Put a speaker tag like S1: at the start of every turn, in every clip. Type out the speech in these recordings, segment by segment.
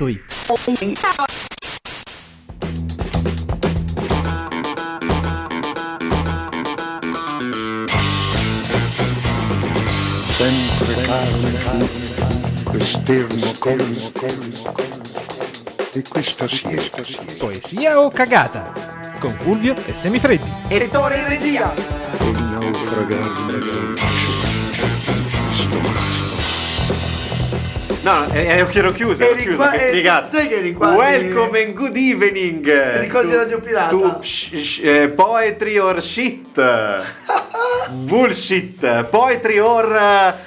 S1: mvradio.it
S2: sempre carne, esterno, colmo, colmo, e questa siesta, siesta,
S1: Poesia o cagata? Con Fulvio e Semifreddi.
S2: il naufragare del dolce, storia,
S3: No, no, eh, eh, ero chiusa, ero
S4: Eri
S3: chiusa,
S4: qua-
S3: che
S4: eh,
S3: sfigata.
S4: sai che eri qua-
S3: Welcome and good evening.
S4: Ricordi
S3: To-
S4: Radio Pirata?
S3: to sh- sh- eh, poetry or shit. Bullshit. Poetry or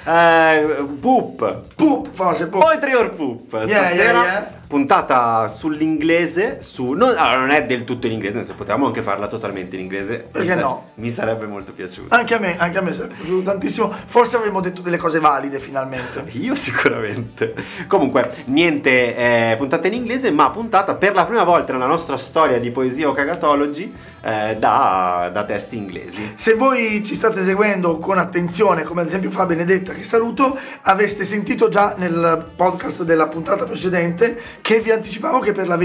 S3: eh, poop.
S4: Pup, forse pup.
S3: Poetry or poop. Stasera
S4: yeah, yeah.
S3: puntata sull'inglese, su non, allora, non è del tutto in inglese, nel senso, potevamo anche farla totalmente in inglese.
S4: Perché no?
S3: Mi sarebbe molto piaciuto.
S4: Anche a me, anche a me sarebbe piaciuto tantissimo. Forse avremmo detto delle cose valide finalmente.
S3: Io sicuramente. Comunque, niente eh, puntata in inglese, ma puntata per la prima volta nella nostra storia di poesia o cagatologi eh, da, da testi inglesi.
S4: Se voi ci state seguendo con attenzione, come ad esempio Fa Benedetta che saluto, aveste sentito già nel podcast della puntata precedente che vi anticipavo che per la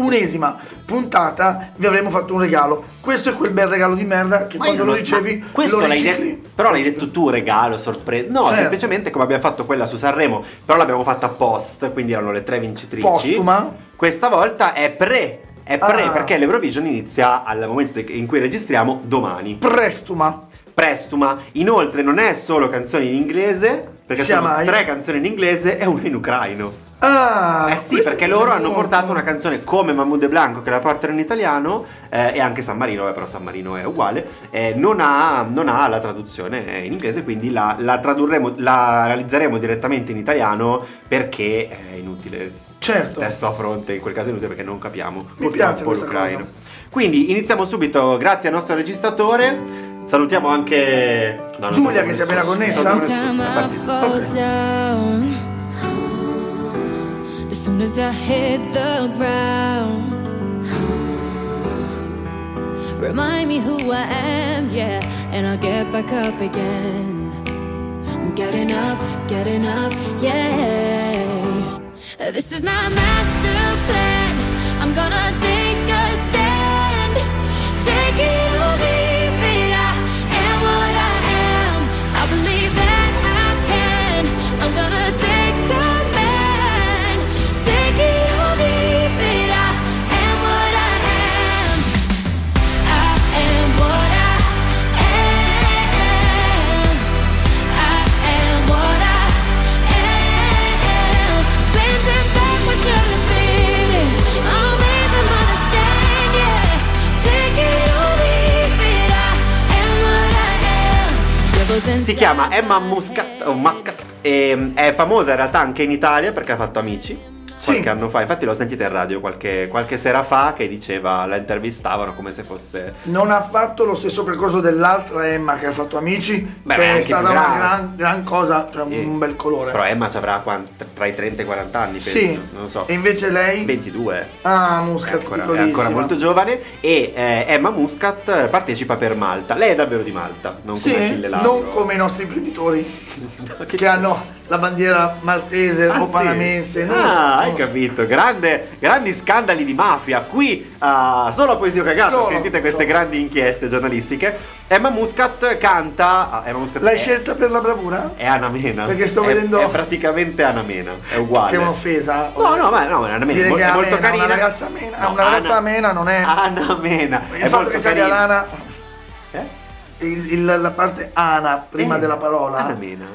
S4: 21esima puntata vi avremmo fatto un regalo. Questo è quel bel regalo di merda che quando lo ricevi
S3: ma questo
S4: lo
S3: l'hai
S4: ricicli.
S3: detto, però l'hai detto tu regalo, sorpresa. No,
S4: Certo.
S3: semplicemente come abbiamo fatto quella su Sanremo, però l'abbiamo fatta post, quindi erano le tre vincitrici.
S4: Postuma?
S3: Questa volta è pre, è pre
S4: Ah.
S3: perché l'Eurovision inizia al momento de- in cui registriamo domani.
S4: Prestuma.
S3: Prestuma. Inoltre non è solo canzoni in inglese, perché
S4: Sia
S3: sono
S4: mai.
S3: tre canzoni in inglese e una in ucraino.
S4: Ah,
S3: eh sì,
S4: questo
S3: perché
S4: mi
S3: loro
S4: sembra
S3: hanno
S4: molto.
S3: portato una canzone come Mahmoud De Blanco che la portano in italiano eh, e anche San Marino, eh, però San Marino è uguale, eh, non, ha, non ha la traduzione eh, in inglese, quindi la, la tradurremo, la realizzeremo direttamente in italiano perché è inutile.
S4: Certo.
S3: Il testo a fronte, in quel caso è inutile perché non capiamo.
S4: Mi piace questa cosa.
S3: Quindi iniziamo subito, grazie al nostro registratore. Salutiamo anche no, non
S4: Giulia,
S3: salutiamo
S4: che si è
S3: nessuno.
S4: appena connessa.
S3: Non
S5: Every
S3: salutiamo
S5: time
S3: nessuno, è
S5: I
S3: partito.
S5: fall down, as soon as I hit the ground, remind me who I am, yeah, and I'll get back up again. I'm getting up, getting up, yeah. This is my master plan. I'm gonna take a stand. Take it or leave it. I am what I am. I believe that I can. I'm gonna take command. Take it or leave it. I am what I am. I am what I am. I am what I am. Bending back what should have been. I'll make them understand, yeah. Take it or leave it. I am what I am. Devils inside
S3: Si chiama Emma
S5: my
S3: Muscat,
S5: head.
S3: o Muscat e, è famosa in realtà anche in Italia perché ha fatto Amici
S4: Sì.
S3: qualche anno fa, infatti l'ho sentita in radio qualche, qualche sera fa che diceva, la intervistavano come se fosse...
S4: Non ha fatto lo stesso percorso dell'altra Emma che ha fatto Amici,
S3: Beh, ma è
S4: che è
S3: anche
S4: stata
S3: più
S4: una
S3: grave.
S4: gran, gran cosa, cioè un-
S3: Sì.
S4: un bel colore.
S3: Però Emma ci avrà quant- tra i 30 e i 40 anni, penso,
S4: sì,
S3: non lo so.
S4: e invece lei...
S3: 22.
S4: Ah, Muscat,
S3: Ancora, è
S4: piccolissima.
S3: ancora molto giovane e eh, Emma Muscat partecipa per Malta. Lei è davvero di Malta, non come
S4: Sì,
S3: Achille Lauro.
S4: non come i nostri imprenditori
S3: Che
S4: che,
S3: c'è?
S4: hanno la bandiera maltese
S3: Ah,
S4: o
S3: sì?
S4: panamense. non lo so,
S3: Ah,
S4: non
S3: hai
S4: lo so.
S3: capito. Grande- grandi scandali di mafia. Qui a solo a Poesia Cagata
S4: Solo,
S3: sentite queste
S4: solo.
S3: grandi inchieste giornalistiche. Emma Muscat canta. ah, Emma Muscat
S4: L'hai
S3: è,
S4: scelta per la bravura?
S3: è Anna Mena.
S4: Perché sto
S3: È-
S4: vedendo-
S3: È praticamente Anna Mena. È uguale.
S4: Che è un'offesa.
S3: No, no, ma no, Anna Mena
S4: Dire
S3: è, mo-
S4: che
S3: è
S4: Anna
S3: molto
S4: Mena è
S3: carina.
S4: una ragazza amena.
S3: No,
S4: Una ragazza amena non è-
S3: Anna Mena.
S4: Il
S3: è
S4: fatto
S3: molto
S4: che sia
S3: carina.
S4: Lana,
S3: Eh?
S4: il- il- la parte ana prima
S3: Eh,
S4: della parola.
S3: Anna Mena.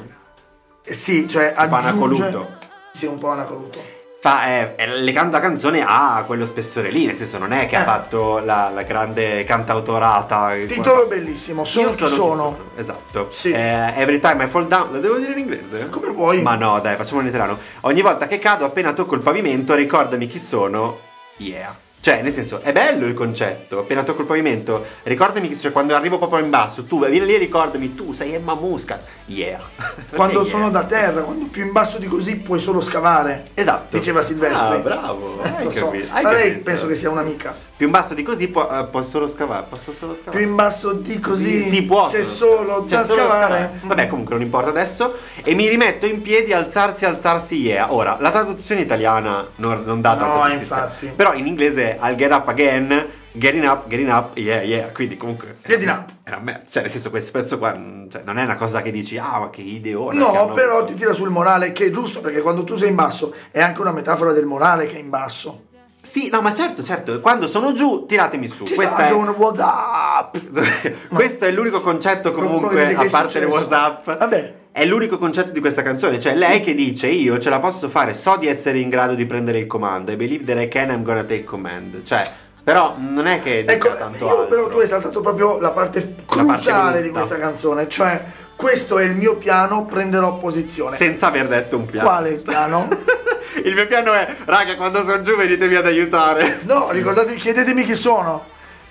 S4: Eh Sì, cioè
S3: Un po'
S4: aggiunge...
S3: anacoluto.
S4: Sì, un po' anacoluto.
S3: fa, eh, eh, le can- la canzone ha quello spessore lì, nel senso non è che ha
S4: Eh.
S3: fatto la, la grande cantautorata.
S4: Titolo
S3: Guarda-
S4: bellissimo,
S3: Io
S4: sono chi sono.
S3: Esatto.
S4: Sì.
S3: Eh, every time I fall down, la devo dire in inglese?
S4: Come vuoi.
S3: Ma no, dai, facciamolo in italiano. Ogni volta che cado, appena tocco il pavimento, ricordami chi sono. Yeah. Cioè, nel senso, è bello il concetto. Appena tocco il pavimento, ricordami che cioè, quando arrivo proprio in basso, tu vieni lì e ricordami, tu sei Emma Muscat. Yeah.
S4: Quando
S3: Yeah.
S4: sono da terra, quando più in basso di così puoi solo scavare.
S3: Esatto.
S4: Diceva Silvestri.
S3: Ah, bravo.
S4: Eh,
S3: Hai
S4: lo so.
S3: capito, hai
S4: Ma lei
S3: capito.
S4: penso che sia un'amica.
S3: Più in basso di così può- eh, posso solo scavare. Posso solo
S4: Più
S3: scavare.
S4: in basso di così
S3: Sì, si può.
S4: c'è solo
S3: C'è
S4: da
S3: solo
S4: scavare.
S3: Vabbè, comunque non importa adesso. E mi rimetto in piedi, alzarsi, alzarsi, yeah. Ora, la traduzione italiana non, non dà
S4: No,
S3: tanta giustizia.
S4: infatti.
S3: Però in inglese è al get up again, getting up, getting up, yeah, yeah. Quindi comunque...
S4: Getting up.
S3: Era me- cioè, nel senso, questo pezzo qua mm, cioè, non è una cosa che dici, ah, ma che ideone. che
S4: No,
S3: hanno-
S4: però ti tira sul morale, che è giusto perché quando tu sei in basso è anche una metafora del morale che è in basso.
S3: Sì, no, ma certo, certo. Quando sono giù, tiratemi su.
S4: Ci
S3: Questa
S4: sta
S3: è...
S4: anche un what up.
S3: questo è l'unico concetto
S4: Come
S3: comunque
S4: dice che
S3: a
S4: è
S3: parte le
S4: successo?
S3: whatsapp
S4: Vabbè.
S3: è l'unico concetto di questa canzone cioè lei che dice io ce la posso fare so di essere in grado di prendere il comando I believe that I can I'm gonna take command cioè però non è che dica
S4: Ecco,
S3: tanto
S4: io
S3: altro.
S4: però tu hai saltato proprio la parte
S3: brutta.
S4: cruciale di questa canzone, cioè questo è il mio piano, prenderò posizione.
S3: senza aver detto un piano
S4: Quale piano?
S3: il mio piano è raga quando sono giù venitemi ad aiutare
S4: No, ricordatevi, chiedetemi chi sono.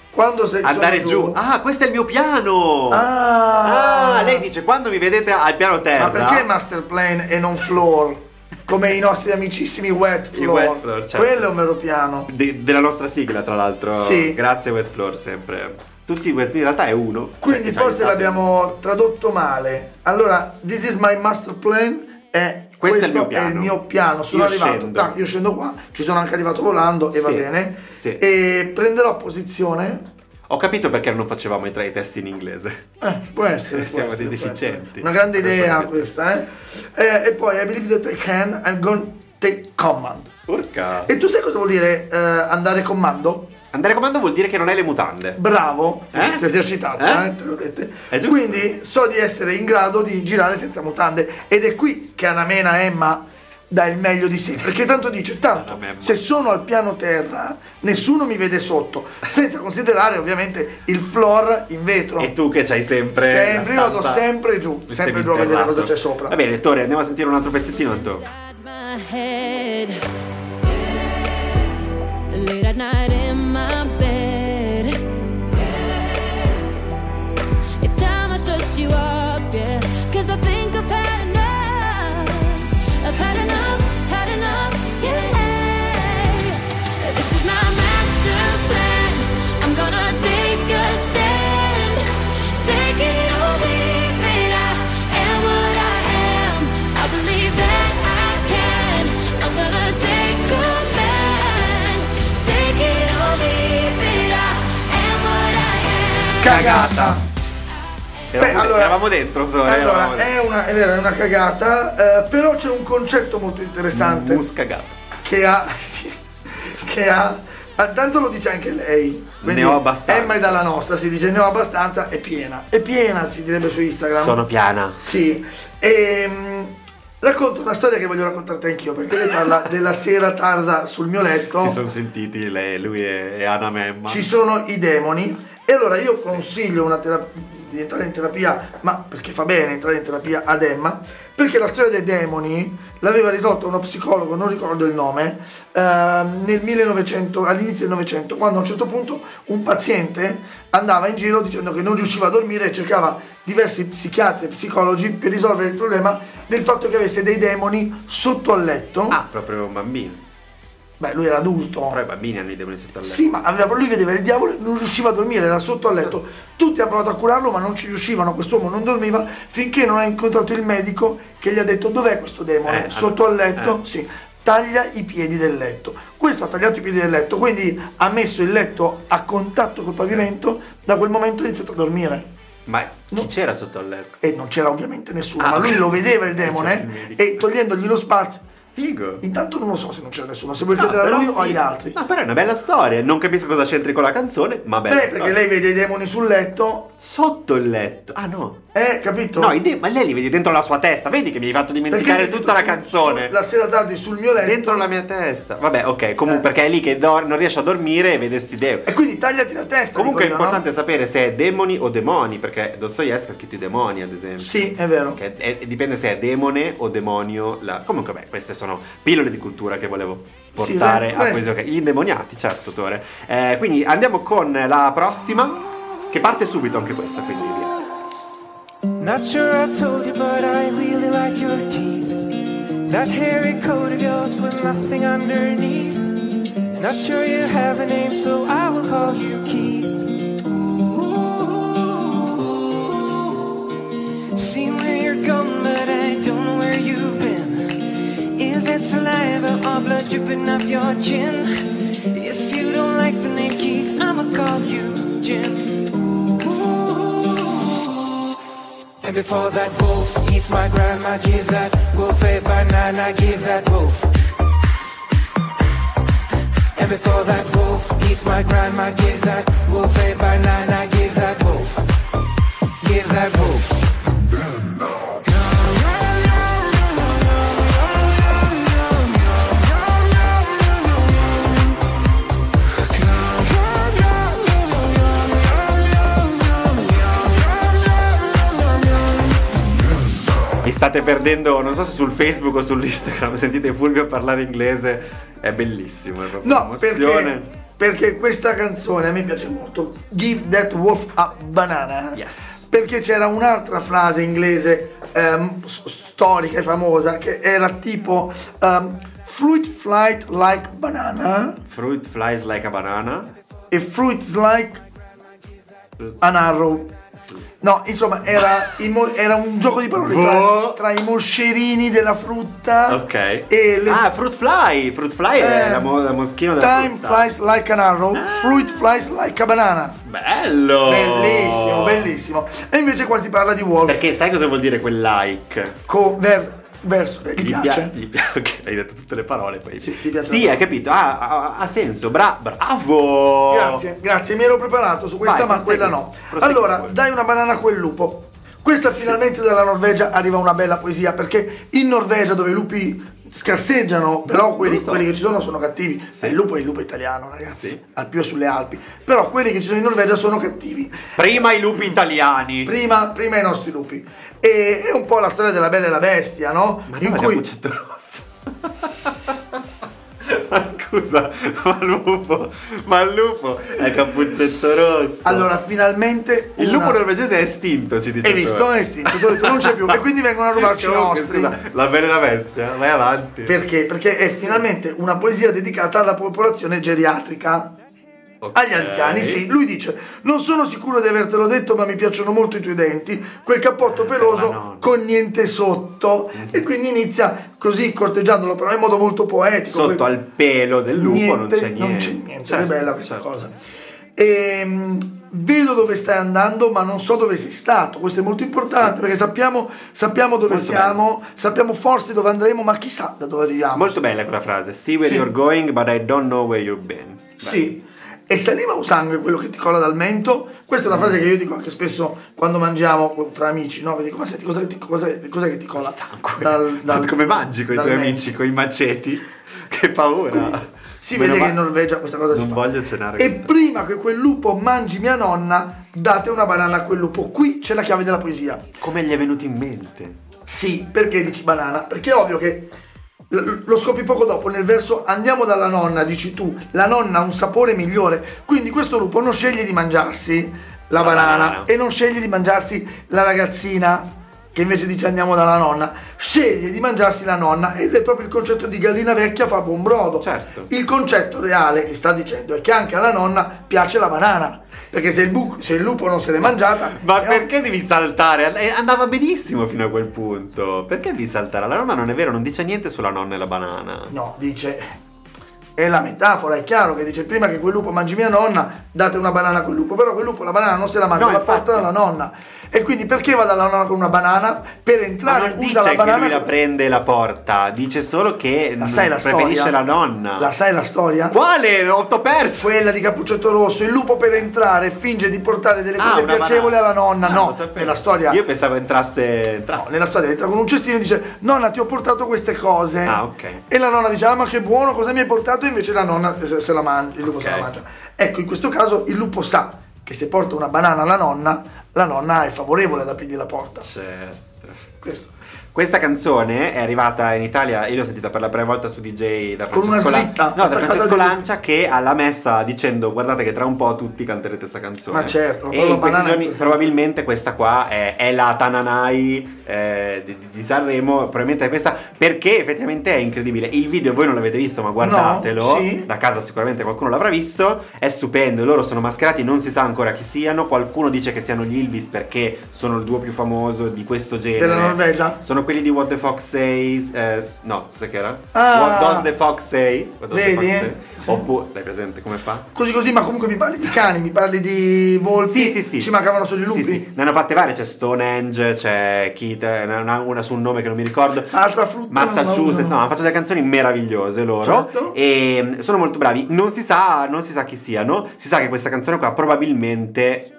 S4: Quando sei
S3: andare
S4: sono
S3: giù ah questo è il mio piano
S4: Ah.
S3: Ah, lei dice quando mi vedete al piano terra
S4: Ma perché master plan e non floor? Come i nostri amicissimi wet
S3: I
S4: floor.
S3: wet floor, certo. Cioè,
S4: Quello è un vero piano.
S3: De- della nostra sigla, tra l'altro.
S4: Sì.
S3: Grazie Wet Floor sempre. Tutti wet, in realtà è uno.
S4: Quindi
S3: Cioè, che
S4: forse
S3: ci ha aiutato.
S4: l'abbiamo tradotto male. Allora, this is my master plan è
S3: Questo
S4: questo,
S3: è il mio
S4: è
S3: piano.
S4: il mio piano. Sono
S3: Io
S4: arrivato,
S3: scendo.
S4: tac, io scendo qua, ci sono anche arrivato volando e va
S3: Sì,
S4: bene.
S3: sì.
S4: E prenderò posizione.
S3: Ho capito perché non facevamo entrare i testi in inglese.
S4: Eh, può essere.
S3: Siamo dei
S4: può essere, può essere.
S3: deficienti.
S4: Una grande
S3: Questo
S4: idea
S3: è-
S4: questa, eh? Eh, E poi I believe that I can, I'm going to take command.
S3: Porca.
S4: E tu sai cosa vuol dire eh, andare comando?
S3: Andare a comando vuol dire che non hai le mutande.
S4: Bravo, ti
S3: Eh?
S4: sei esercitato,
S3: Eh?
S4: eh? te l'ho detto.
S3: È giusto.
S4: Quindi so di essere in grado di girare senza mutande ed è qui che Anamena Emma dà il meglio di sé, perché tanto dice, tanto
S3: Anamemma.
S4: se sono al piano terra nessuno mi vede sotto, senza considerare ovviamente il floor in vetro.
S3: E tu che c'hai sempre.
S4: Sempre,
S3: la
S4: io vado
S3: stanza-
S4: sempre giù, sempre giù a vedere
S3: interrato.
S4: cosa c'è sopra.
S3: Va bene, Tore, andiamo a sentire un altro pezzettino, Anto.
S5: inside my head. Late at night in my bed. It's time I shut you up, yeah. Cause I think I've had enough. I've had enough, had enough, yeah. This is my master plan. I'm gonna take a stand. Take it or leave it. I am what I am. I believe that I can. I'm gonna take command. Take it or leave it. I am what I am.
S4: Cagata!
S3: Eravamo,
S4: Beh, allora-
S3: eravamo dentro, Tore.
S4: Allora,
S3: eravamo
S4: è, una, è vero, è una cagata, eh, però c'è un concetto molto interessante.
S3: dentro. Muscagato.
S4: che ha sì, che ha ma tanto lo dice anche lei quindi
S3: Ne ho abbastanza.
S4: Emma è dalla nostra si dice ne ho abbastanza è piena è piena si direbbe su Instagram
S3: Sono piana.
S4: sì ehm, racconto una storia che voglio raccontarti anch'io perché lei parla della sera tarda sul mio letto
S3: Si sono sentiti lei, lui e, e Anna Memma.
S4: ci sono i demoni e allora io consiglio una tera- di entrare in terapia, ma perché fa bene entrare in terapia ad Emma, perché la storia dei demoni l'aveva risolta uno psicologo, non ricordo il nome, ehm, nel 1900, all'inizio del Novecento, quando a un certo punto un paziente andava in giro dicendo che non riusciva a dormire e cercava diversi psichiatri e psicologi per risolvere il problema del fatto che avesse dei demoni sotto al letto.
S3: Ah, proprio un bambino.
S4: Beh, lui era adulto.
S3: Però i bambini hanno i demoni sotto al letto.
S4: Sì, ma aveva- lui vedeva il diavolo e non riusciva a dormire, era sotto al letto. Tutti hanno provato a curarlo, ma non ci riuscivano. Quest'uomo non dormiva finché non ha incontrato il medico che gli ha detto: Dov'è questo demone?
S3: Eh,
S4: sotto al letto?
S3: eh.
S4: Sì, taglia i piedi del letto. Questo ha tagliato i piedi del letto, quindi ha messo il letto a contatto col pavimento. Da quel momento ha iniziato a dormire.
S3: Ma chi
S4: No.
S3: c'era sotto al letto?
S4: E non c'era ovviamente nessuno,
S3: Ah,
S4: ma lui
S3: ok.
S4: lo vedeva il
S3: C'era il
S4: demone
S3: medico.
S4: e togliendogli lo spazio.
S3: Figo.
S4: Intanto non lo so se non c'era nessuno, se vuoi
S3: No,
S4: chiedere a
S3: però
S4: lui o agli
S3: figo.
S4: altri.
S3: No, però è una bella storia. Non capisco cosa c'entri con la canzone, ma bella.
S4: Beh, perché
S3: storia.
S4: lei vede i demoni sul letto,
S3: Sotto il letto. Ah, no.
S4: eh, capito?
S3: No, i de- ma lei li vede dentro la sua testa. Vedi che mi hai fatto dimenticare
S4: Perché sei
S3: tutta la
S4: tutto su-
S3: canzone.
S4: su- la sera tardi sul mio letto.
S3: Dentro la mia testa. Vabbè, ok. Comunque,
S4: Eh.
S3: perché è lì che dor- non riesce a dormire e vede sti deo.
S4: E quindi tagliati la testa.
S3: Comunque è
S4: dico io, no?
S3: importante sapere se è demoni o demoni, perché Dostoevsky ha scritto i demoni, ad esempio.
S4: Sì, è vero.
S3: Che è- è- dipende se è demone o demonio. la- Comunque, beh, queste sono pillole di cultura che volevo portare
S4: Sì, beh,
S3: a
S4: questo.
S3: questo. ok. Gli indemoniati, certo, Tore. Eh, quindi andiamo con la prossima, che parte subito anche questa, quindi via.
S6: Not sure I've told you, but I really like your teeth. That hairy coat of yours with nothing underneath. Not sure you have a name, so I will call you Keith. Ooh. Seen where you're going, but I don't know where you've been. Is that saliva or blood dripping off your chin? If you don't like the name Keith, I'ma call you Jim. Ooh. And before that wolf eats my grandma, give that wolf a banana, give that wolf. And before that wolf eats my grandma, give that wolf a banana, give that wolf. Give that wolf.
S3: Vi state perdendo, non so se sul Facebook o sull'Instagram sentite Fulvio parlare inglese, è bellissimo. È proprio
S4: No, perché,
S3: un'emozione.
S4: perché questa canzone a me piace molto. Give that wolf a banana.
S3: Yes.
S4: Perché c'era un'altra frase inglese ehm, s- storica e famosa che era tipo ehm, fruit flight like banana
S3: Fruit flies like a banana.
S4: e fruit like an arrow. No, insomma, era, i mo- era un gioco di parole tra,
S3: Boh.
S4: tra i moscerini della frutta
S3: Ok.
S4: Ah, e le
S3: Ah, fruit fly. Fruit fly è
S4: Eh,
S3: la, mo- la moschino della
S4: Time
S3: frutta. Ah.
S4: flies like an arrow, fruit flies like a banana.
S3: Bello.
S4: Bellissimo, bellissimo. E invece qua si parla di Wolf.
S3: Perché sai cosa vuol dire quel like?
S4: Co- ver- verso, eh, gli
S3: Gli
S4: piace.
S3: pia- gli pia- ok, hai detto tutte le parole poi.
S4: Sì, ti piace
S3: Sì,
S4: la-
S3: hai capito. Ah, ha, ha senso. Bra- bravo.
S4: Grazie, grazie, mi ero preparato su questa,
S3: Vai,
S4: ma
S3: prosegui,
S4: quella no.
S3: prosegui
S4: Allora,
S3: pure.
S4: dai una banana a quel lupo. Questa finalmente dalla Norvegia arriva una bella poesia, perché in Norvegia dove i lupi scarseggiano, però quelli,
S3: lo so.
S4: quelli che ci sono sono cattivi.
S3: Sì.
S4: E il lupo è il lupo italiano, ragazzi.
S3: Sì.
S4: Al più sulle Alpi. Però quelli che ci sono in Norvegia sono cattivi.
S3: Prima i lupi italiani.
S4: Prima, prima i nostri lupi. E è un po' la storia della bella e la bestia, no?
S3: Ma
S4: in
S3: no,
S4: cui
S3: Cappuccetto rosso. ma scusa, ma il lupo, ma il lupo è cappuccetto rosso.
S4: allora finalmente
S3: il
S4: una-
S3: lupo norvegese è estinto, ci dice.
S4: Hai visto? È estinto, t'ho detto, non c'è più. E quindi vengono a rubarci i
S3: Comunque,
S4: nostri.
S3: scusa, la bella e la bestia, vai avanti.
S4: Perché? Perché è finalmente una poesia dedicata alla popolazione geriatrica.
S3: Ok.
S4: Agli anziani, sì. Lui dice: Non sono sicuro di avertelo detto, ma mi piacciono molto i tuoi denti. Quel cappotto peloso
S3: no. Mhm.
S4: con niente sotto. E quindi inizia così corteggiandolo, però in modo molto poetico.
S3: Sotto
S4: Poi-
S3: al pelo del lupo non c'è niente.
S4: Non c'è niente,
S3: Certo,
S4: è bella questa
S3: certo.
S4: cosa. Ehm, vedo dove stai andando, ma non so dove sei stato. Questo è molto importante perché sappiamo, sappiamo dove
S3: Molto
S4: siamo, sappiamo forse dove andremo, ma chissà da dove arriviamo.
S3: Ah, Molto bella quella frase. See where
S4: Sì.
S3: you're going, but I don't know where you've been. Beh,
S4: Sì. E se arriva un sangue quello che ti cola dal mento, questa è
S3: Mm.
S4: una frase che io dico anche spesso quando mangiamo tra amici, no? Vi dico, ma senti, cosa che ti, cosa- cosa che ti cola?
S3: Sangue.
S4: Dal, dal-
S3: Come mangi con i
S4: dal
S3: tuoi
S4: mento?"
S3: amici, con i maceti? Che paura.
S4: Si
S3: Meno
S4: vede che
S3: ma-
S4: in Norvegia questa cosa si
S3: Non
S4: fa.
S3: voglio cenare
S4: E
S3: con te.
S4: prima che quel lupo mangi mia nonna, date una banana a quel lupo. Qui c'è la chiave della poesia.
S3: Come gli è venuto in mente?
S4: Sì, perché dici banana? Perché è ovvio che l- lo scopri poco dopo nel verso andiamo dalla nonna, dici tu, la nonna ha un sapore migliore. Quindi questo lupo non sceglie di mangiarsi la,
S3: La
S4: banana,
S3: banana.
S4: e non sceglie di mangiarsi la ragazzina che invece dice andiamo dalla nonna, sceglie di mangiarsi la nonna ed è proprio il concetto di gallina vecchia fa buon brodo.
S3: Certo.
S4: Il concetto reale che sta dicendo è che anche alla nonna piace la banana, perché se il, bu- se il lupo non se l'è mangiata...
S3: Ma
S4: è-
S3: perché devi saltare? Eh, Andava benissimo fino a quel punto. Perché devi saltare? La nonna non è vero, non dice niente sulla nonna e la banana.
S4: No, dice. È la metafora, è chiaro che dice prima che quel lupo mangi mia nonna, date una banana a quel lupo, però quel lupo la banana non se la mangia,
S3: No,
S4: la
S3: infatti.
S4: porta dalla nonna. E quindi perché va dalla nonna con una banana? Per
S3: Ma
S4: entrare
S3: non
S4: usa la
S3: dice che
S4: banana.
S3: lui la
S4: come-
S3: prende e la porta, dice solo che
S4: la sai la
S3: preferisce
S4: storia?
S3: la nonna.
S4: La sai la storia?
S3: Quale? L'ho t'ho perso!
S4: Quella di Cappuccetto Rosso, il lupo per entrare finge di portare delle
S3: Ah,
S4: cose
S3: una
S4: piacevoli
S3: banana.
S4: alla nonna.
S3: Ah, lo
S4: no,
S3: sapevo.
S4: nella storia
S3: Io pensavo entrasse. entrasse.
S4: No, nella storia entra con un cestino e dice nonna ti ho portato queste cose
S3: Ah, ok.
S4: e la nonna dice ah ma che buono cosa mi hai portato e invece la nonna se, se la mangia il lupo se
S3: Ok.
S4: la mangia ecco in questo caso il lupo sa che se porta una banana alla nonna la nonna è favorevole ad aprirgli la porta
S3: Certo.
S4: questo
S3: Questa canzone è arrivata in Italia, io l'ho sentita per la prima volta su DJ da
S4: Con una
S3: Francesco, Lan-
S4: slitta,
S3: no, da
S4: attaccata
S3: Francesco
S4: di-
S3: Lancia che alla messa dicendo guardate che tra un po' tutti canterete questa canzone.
S4: Ma certo,
S3: e
S4: proprio
S3: in questi
S4: banana-
S3: giorni probabilmente questa qua è, è la Tananai eh, di, di- di Sanremo, probabilmente è questa perché effettivamente è incredibile. Il video voi non l'avete visto ma guardatelo,
S4: sì.
S3: da casa sicuramente qualcuno l'avrà visto, è stupendo, loro sono mascherati, non si sa ancora chi siano, qualcuno dice che siano gli Ilvis perché sono il duo più famoso di questo genere.
S4: Della Norvegia?
S3: Sono quelli di What the Fox Says. eh, no, sai che era?
S4: Ah.
S3: What does the Fox say? What does
S4: Vedi?
S3: The fox say?
S4: Sì.
S3: Oppure, l'hai presente come fa?
S4: Così così, ma comunque mi parli di cani, mi parli di volpi.
S3: Sì, sì, sì.
S4: Ci mancavano solo i lupi.
S3: Sì, sì. Ne hanno fatte varie, c'è Stonehenge, c'è Keith, eh, ne- una, una su un nome che non mi ricordo.
S4: Altra frutta non la
S3: Massachusetts,
S4: usano.
S3: no, hanno fatto delle canzoni meravigliose loro.
S4: Certo.
S3: E mm, sono molto bravi. Non si sa, non si sa chi siano. Si sa che questa canzone qua probabilmente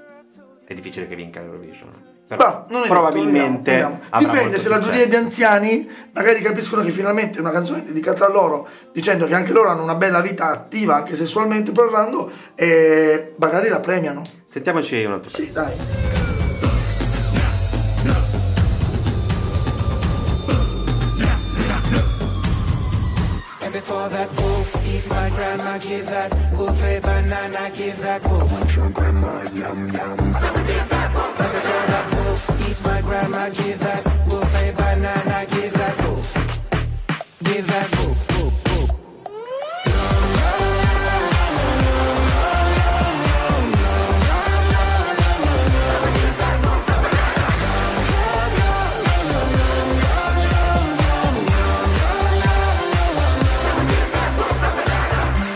S3: è difficile che vinca l'Eurovision. Però
S4: Bah, non è detto,
S3: probabilmente
S4: vediamo, vediamo.
S3: avrà
S4: dipende
S3: molto
S4: se la giuria è di
S3: successo.
S4: anziani magari capiscono che finalmente una canzone dedicata a loro dicendo che anche loro hanno una bella vita attiva anche sessualmente parlando e magari la premiano
S3: Sentiamoci un altro
S4: sì
S3: pezzo.
S4: dai
S6: And before that wolf eats my grandma, give that wolf a banana, give that wolf. And before that wolf eats my grandma, give that wolf a banana, give that wolf. Give that wolf, wolf, wolf.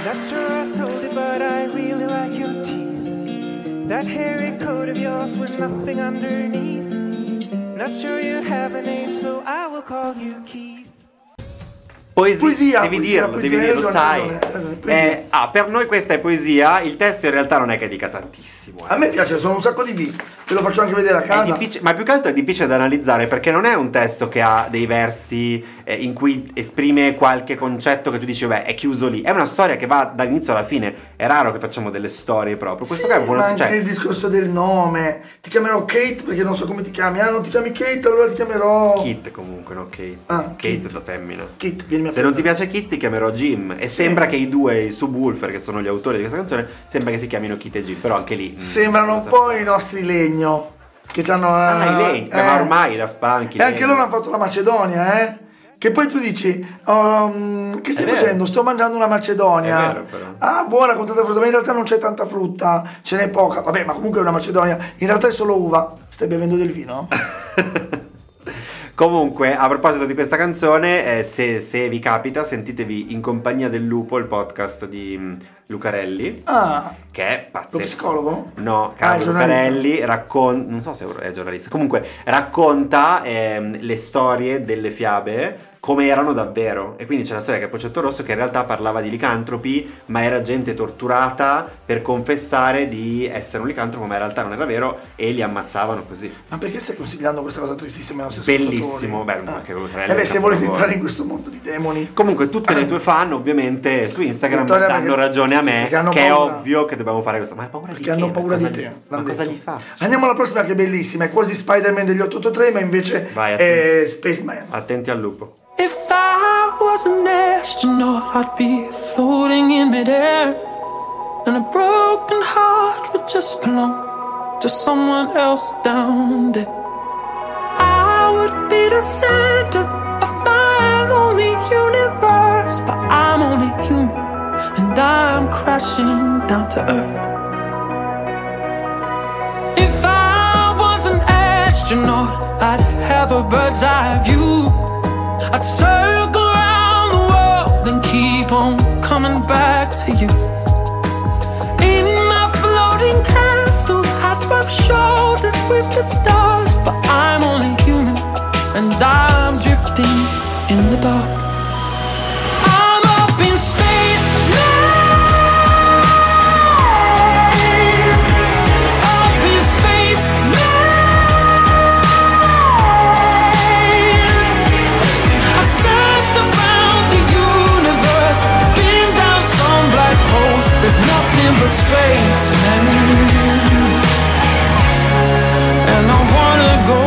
S6: Not sure I told you, but I really like your teeth. That hairy coat of yours with nothing underneath. Not sure you have a name, so I will call you Keith.
S3: Poesia,
S4: Poesia,
S3: devi
S4: poesia,
S3: dirlo,
S4: poesia,
S3: devi dirlo,
S4: hai
S3: sai.
S4: ragione, hai ragione, poesia.
S3: Eh, ah, per noi questa è poesia, il testo in realtà non è che dica tantissimo. eh.
S4: a me piace sono un sacco di beat ve lo faccio anche vedere a
S3: È
S4: casa
S3: difficile- ma più che altro è difficile da analizzare perché non è un testo che ha dei versi eh, in cui esprime qualche concetto che tu dici, beh, è chiuso lì. È una storia che va dall'inizio alla fine. È raro che facciamo delle storie proprio. Questo
S4: Sì,
S3: qua è
S4: ma
S3: una
S4: anche
S3: cioè,
S4: il discorso del nome ti chiamerò Kate perché non so come ti chiami ah non ti chiami Kate allora ti chiamerò
S3: Kit comunque, no? Kate.
S4: Ah,
S3: Kate,
S4: Kit.
S3: la femmina.
S4: Kate vieni a
S3: Se non ti piace Kit ti chiamerò Jim. E sembra che i due, i subwoofer, che sono gli autori di questa canzone, sembra che si chiamino Kit e Jim. Però anche lì. mm,
S4: sembrano
S3: non
S4: un
S3: so.
S4: po' i nostri legno che hanno eh,
S3: Ah, i Lane, ma ormai da Punk. i
S4: E anche
S3: Lane.
S4: loro hanno fatto la Macedonia, eh? Che poi tu dici, "Um, che stai
S3: È vero.
S4: facendo? Sto mangiando una Macedonia.
S3: È vero, però.
S4: Ah, buona con tanta frutta, ma in realtà non c'è tanta frutta, ce n'è poca. Vabbè, ma comunque è una Macedonia. In realtà è solo uva. Stai bevendo del vino?
S3: Comunque, a proposito di questa canzone, eh, se, se vi capita, sentitevi in compagnia del lupo il podcast di mm, Lucarelli.
S4: Ah,
S3: Che è pazzesco.
S4: Lo psicologo?
S3: No,
S4: Ah, il
S3: Carlo
S4: giornalista.
S3: Lucarelli racconta. Non so se è giornalista. Comunque, racconta ehm, le storie delle fiabe come erano davvero. E quindi c'è la storia che è Pocetto Rosso che in realtà parlava di licantropi, ma era gente torturata per confessare di essere un licantropo, ma in realtà non era vero, e li ammazzavano così.
S4: ma perché stai consigliando questa cosa tristissima ai nostri
S3: Bellissimo,
S4: ascoltatori?
S3: beh, anche Lucarelli
S4: Eh
S3: è
S4: beh,
S3: un
S4: se volete
S3: capolavoro.
S4: entrare in questo mondo di demoni,
S3: Comunque tutte le tue fan ovviamente su Instagram
S4: Vittoria,
S3: danno
S4: perché-
S3: ragione a me
S4: perché hanno
S3: che è
S4: paura.
S3: ovvio che dobbiamo fare questo. Ma hai paura di che?
S4: Perché hanno
S3: Ma
S4: paura
S3: cosa
S4: di
S3: gli-
S4: te.
S3: Ma
S4: l'hanno
S3: cosa
S4: detto.
S3: gli faccio?
S4: Andiamo alla prossima che è bellissima, è quasi Spider-Man degli 883, ma invece
S3: Vai,
S4: è Spaceman.
S3: Attenti al lupo.
S7: If I was an astronaut, I'd be floating in midair. And a broken heart would just belong to someone else down there. I would be the center of my lonely universe. But I'm only human, and I'm crashing down to earth. If I was an astronaut, I'd have a bird's eye view. I'd circle around the world and keep on coming back to you. In my floating castle, I'd rub shoulders with the stars, but I'm only human and I'm drifting in the dark. I'm up in space now. Up in space now. I searched around the universe, been down some black holes. There's nothing but space, man. And I wanna go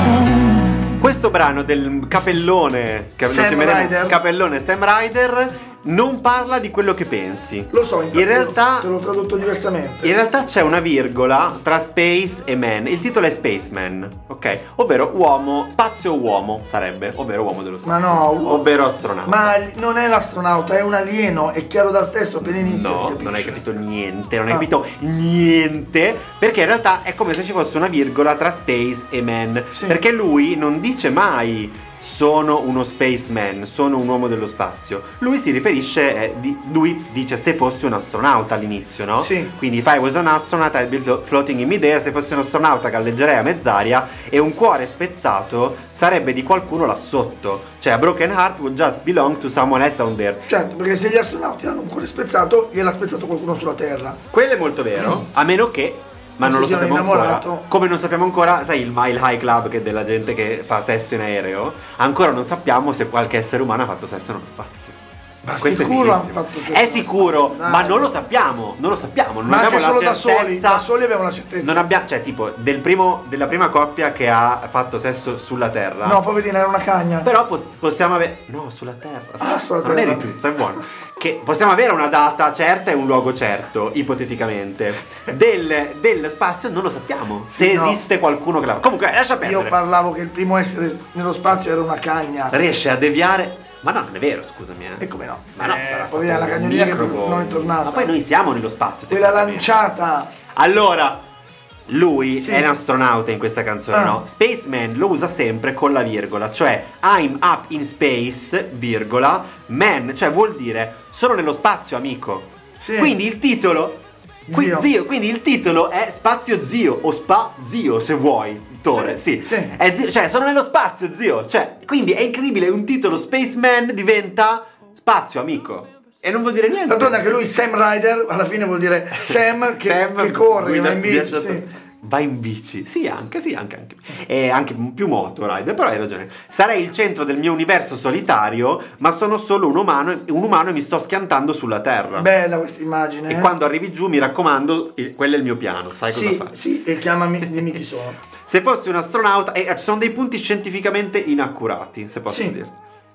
S7: home.
S3: Questo questo brano del capellone, che lo
S4: Sam
S3: chiameremo
S4: Ryder.
S3: capellone Sam Ryder, non parla di quello che pensi.
S4: Lo so, infatti
S3: in realtà,
S4: te l'ho tradotto diversamente.
S3: in realtà c'è una virgola tra space e man. Il titolo è Spaceman, ok? Ovvero uomo, spazio uomo sarebbe, ovvero uomo dello spazio.
S4: Ma no, uomo.
S3: ovvero astronauta.
S4: Ma l- non è l'astronauta, è un alieno, è chiaro dal testo appena inizia si
S3: No,
S4: capisce.
S3: non hai capito niente, non hai
S4: Ah.
S3: capito niente, perché in realtà è come se ci fosse una virgola tra space e man,
S4: Sì.
S3: perché lui non dice mai sono uno spaceman, sono un uomo dello spazio. Lui si riferisce, eh, di- lui dice se fossi un astronauta all'inizio, no?
S4: Sì.
S3: Quindi if I was an astronaut I'd be floating in midair, se fossi un astronauta galleggerei a mezz'aria e un cuore spezzato sarebbe di qualcuno là sotto. Cioè a broken heart would just belong to someone else down there.
S4: Certo, perché se gli astronauti hanno un cuore spezzato, gliel'ha spezzato qualcuno sulla Terra.
S3: Quello è molto vero, a meno che. Ma non
S4: Non
S3: lo
S4: si siano
S3: sappiamo ancora.
S4: innamorato.
S3: Come non sappiamo ancora, sai il Mile High Club che è della gente che fa sesso in aereo? Ancora non sappiamo se qualche essere umano ha fatto sesso nello spazio.
S4: Ma
S3: Questo è
S4: sicuro hanno
S3: verissimo.
S4: fatto sesso
S3: È
S4: nello
S3: sicuro,
S4: spazio, dai.
S3: ma non lo sappiamo. Non lo sappiamo. Non
S4: Ma
S3: abbiamo
S4: anche
S3: la
S4: solo da
S3: certezza.
S4: soli, da soli abbiamo la certezza.
S3: Non abbiamo, cioè, tipo, del primo- della prima coppia che ha fatto sesso sulla Terra.
S4: No, poverina, era una cagna.
S3: Però po- possiamo avere. No, sulla Terra.
S4: Ah, sulla
S3: non
S4: Terra.
S3: eri tu, stai buono. Che possiamo avere una data certa e un luogo certo, ipoteticamente. Del, del spazio non lo sappiamo. Se
S4: No.
S3: esiste qualcuno che la. Comunque, lascia perdere.
S4: Io parlavo che il primo essere nello spazio era una cagna.
S3: Riesce a deviare. Ma no, non è vero, scusami. Eh.
S4: E come no?
S3: Ma no,
S4: Eh,
S3: sarà
S4: poi
S3: stato
S4: la
S3: un
S4: cagnolina che
S3: microbo.
S4: non è tornata.
S3: Ma poi noi siamo nello spazio.
S4: Quella
S3: tecnicamente.
S4: lanciata.
S3: Allora, lui
S4: Sì.
S3: è un astronauta in questa canzone,
S4: Ah.
S3: no? Spaceman lo usa sempre con la virgola, cioè I'm up in space, virgola, man, cioè vuol dire sono nello spazio, amico.
S4: Sì.
S3: Quindi il titolo qui-
S4: Zio.
S3: zio. quindi il titolo è Spazio Zio o Spa Zio se vuoi. Tore,
S4: Sì,
S3: sì.
S4: sì.
S3: È zio- cioè sono nello spazio, zio. Cioè, quindi è incredibile, un titolo Spaceman diventa Spazio, amico. E non vuol dire niente.
S4: Tanto che lui Sam Ryder alla fine vuol dire Sam che,
S3: Sam
S4: che corre, che
S3: guida-
S4: va in bici.
S3: viaggiatore.
S4: Sì.
S3: Va in bici, sì anche, sì anche, anche. E anche più moto, Ryder, però hai ragione. Sarei il centro del mio universo solitario, ma sono solo un umano, un umano e mi sto schiantando sulla Terra.
S4: Bella questa immagine.
S3: E
S4: eh.
S3: quando arrivi giù, mi raccomando, il- quello è il mio piano, sai cosa
S4: Sì,
S3: faccio.
S4: sì, e chiamami, dimmi chi sono.
S3: Se fossi un astronauta, e ci sono dei punti scientificamente inaccurati, se posso
S4: Sì.
S3: dirti.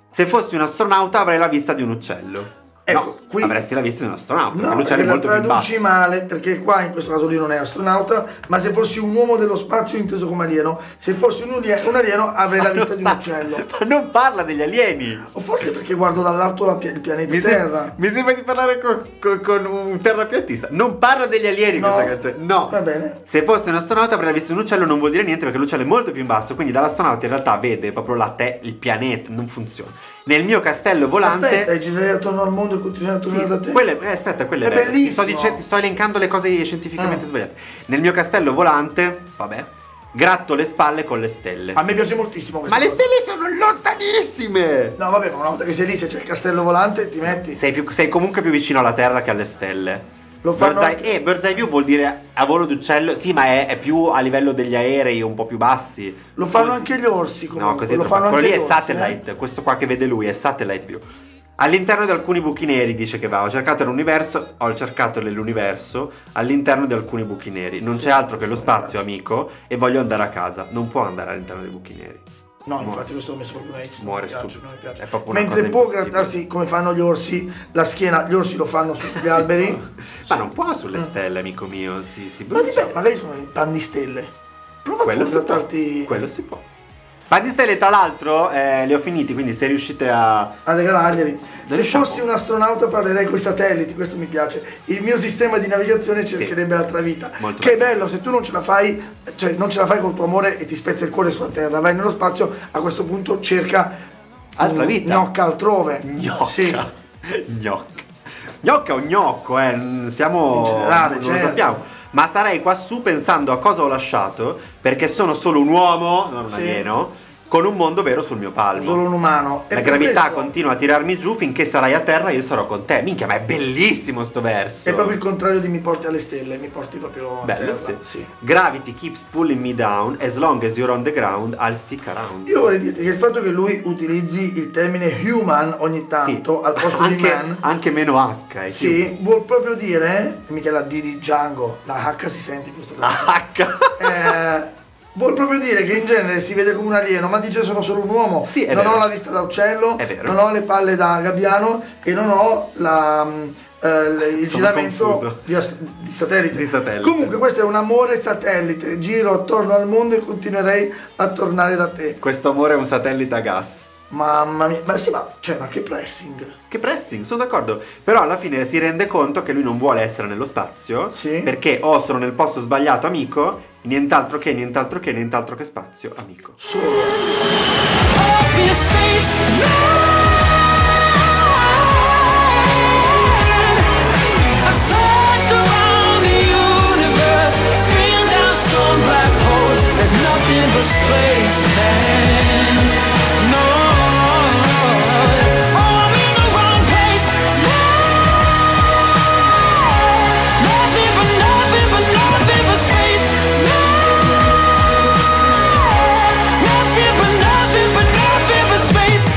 S3: Se fossi un astronauta avrei la vista di un uccello.
S4: Ecco,
S3: no,
S4: qui-
S3: avresti la vista di un astronauta,
S4: No,
S3: ma l'uccello
S4: perché
S3: è
S4: la
S3: molto più
S4: traduci
S3: basso.
S4: male, perché qua in questo caso lui non è astronauta, ma se fossi un uomo dello spazio inteso come alieno, se fossi un, ulie- un alieno avrei la
S3: Ma non
S4: vista di un
S3: sta-
S4: uccello.
S3: Ma non parla degli alieni.
S4: O forse perché guardo dall'alto la pia- il pianeta
S3: Mi, sem-
S4: Terra.
S3: mi sembra di parlare con, con- con un terrapiattista. Non parla degli alieni
S4: No.
S3: questa canzone. No.
S4: Va bene.
S3: Se fosse un astronauta avrei visto un uccello non vuol dire niente perché l'uccello è molto più in basso. Quindi dall'astronauta in realtà vede proprio la te, il pianeta. Non funziona. Nel mio castello volante.
S4: Aspetta, hai girato attorno al mondo e continuare a
S3: Sì,
S4: tornare da te.
S3: quelle- eh, aspetta, quelle
S4: È
S3: belle. Ti
S4: bellissimo.
S3: Sto, dice- ti sto elencando le cose scientificamente
S4: Ah.
S3: sbagliate. Nel mio castello volante, vabbè, gratto le spalle con le stelle.
S4: A me piace moltissimo questa
S3: Ma le
S4: cosa.
S3: stelle sono lontanissime!
S4: No, vabbè, ma una volta che sei lì, se c'è il castello volante, ti metti.
S3: Sei, più- sei comunque più vicino alla Terra che alle stelle.
S4: Lo fanno
S3: Bird's eye-
S4: anche-
S3: eh, bird's eye view vuol dire a volo d'uccello, sì, ma è, è più a livello degli aerei, un po' più bassi.
S4: Lo fanno
S3: Così-
S4: anche gli orsi, comunque.
S3: No, così
S4: lo
S3: troppo.
S4: fanno
S3: Quello
S4: anche
S3: lì è
S4: gli orsi, eh.
S3: satellite, questo qua che vede lui è satellite view. All'interno di alcuni buchi neri dice che va, ho cercato l'universo, ho cercato nell'universo, all'interno di alcuni buchi neri. Non c'è altro che lo spazio, amico, e voglio andare a casa. Non può andare all'interno dei buchi neri.
S4: No, infatti questo l'ho messo proprio una X.
S3: Muore
S4: mi piace,
S3: subito.
S4: non mi piace.
S3: È proprio una
S4: Mentre
S3: cosa
S4: può
S3: impossibile.
S4: grattarsi come fanno gli orsi la schiena, gli orsi lo fanno sugli alberi.
S3: Ma non può sulle stelle, amico mio, si, si
S4: Mm. Ma
S3: brucia.
S4: dipende, magari sono i pan di stelle. Prova
S3: quello
S4: a
S3: si può.
S4: grattarti
S3: Quello si può. Bandi stelle, tra l'altro, eh, le ho finiti, quindi se riuscite a...
S4: a regalarglieli.
S3: Dove
S4: Se
S3: siamo?
S4: fossi un astronauta parlerei con i satelliti, questo mi piace. Il mio sistema di navigazione cercherebbe altra vita.
S3: Molto
S4: che
S3: bello.
S4: bello, se tu non ce la fai, cioè non ce la fai col tuo amore e ti spezza il cuore sulla Terra, vai nello spazio, a questo punto cerca
S3: Altra
S4: mm,
S3: vita.
S4: Gnocca altrove.
S3: Gnocca.
S4: Sì.
S3: Gnocca. Gnocca o gnocco, eh? n- Siamo.
S4: In generale,
S3: non
S4: certo.
S3: lo sappiamo. Ma sarei quassù pensando a cosa ho lasciato, perché sono solo un uomo, non un
S4: Sì.
S3: alieno, con un mondo vero sul mio palmo.
S4: Solo un umano. E
S3: La
S4: per
S3: gravità
S4: questo-
S3: continua a tirarmi giù finché sarai a terra io sarò con te. Minchia, ma è bellissimo sto verso.
S4: È proprio il contrario di mi porti alle stelle, mi porti proprio a
S3: Bello,
S4: terra.
S3: sì.
S4: sì.
S3: Gravity keeps pulling me down, as long as you're on the ground, I'll stick around.
S4: Io vorrei dirti che il fatto che lui utilizzi il termine human ogni
S3: Sì.
S4: tanto al posto
S3: anche,
S4: di man
S3: Anche meno H. è chiuso.
S4: Sì, vuol proprio dire, mica la D di Django, la H si sente in questo
S3: La
S4: caso.
S3: H.
S4: Eh, Vuol proprio dire che in genere si vede come un alieno, ma dice sono solo un uomo.
S3: Sì, è
S4: non
S3: vero.
S4: ho la vista da uccello,
S3: È vero.
S4: non ho le palle da gabbiano e non ho la, mm, eh, l- il
S3: Sono confuso.
S4: giramento di, as- di satellite.
S3: Di satellite.
S4: Comunque questo è un amore satellite. Giro attorno al mondo e continuerei a tornare da te.
S3: Questo amore è un satellite a gas.
S4: Mamma mia, ma sì, ma, cioè, ma che pressing.
S3: Che pressing, sono d'accordo. Però alla fine si rende conto che lui non vuole essere nello spazio.
S4: Sì.
S3: Perché o sono nel posto sbagliato, amico, nient'altro che, nient'altro che, nient'altro che spazio, amico.
S4: Solo.
S7: obvious space. I've searched around the universe, been down some black holes. There's nothing but space, man. No. Oh, I'm in the wrong place. Yeah. Nothing but nothing but nothing but space. Nothing but nothing but nothing but space.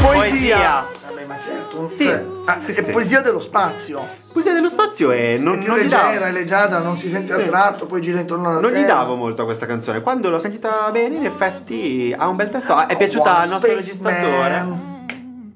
S4: Poesia.
S3: Poesia.
S4: Vabbè, ma certo, un-
S3: Sì.
S4: cioè, ah,
S3: Sì,
S4: è
S3: sì.
S4: poesia dello spazio.
S3: Poesia dello spazio è. Non,
S4: È più
S3: non gli dà.
S4: leggera, è leggiadra, non si sente
S3: Sì.
S4: attratto, poi gira intorno alla
S3: Non gli
S4: terra.
S3: davo molto a questa canzone. Quando l'ho sentita bene, in effetti ha un bel testo. Ah, È
S4: Oh,
S3: piaciuta
S4: buono,
S3: al nostro
S4: Spaceman.
S3: registratore.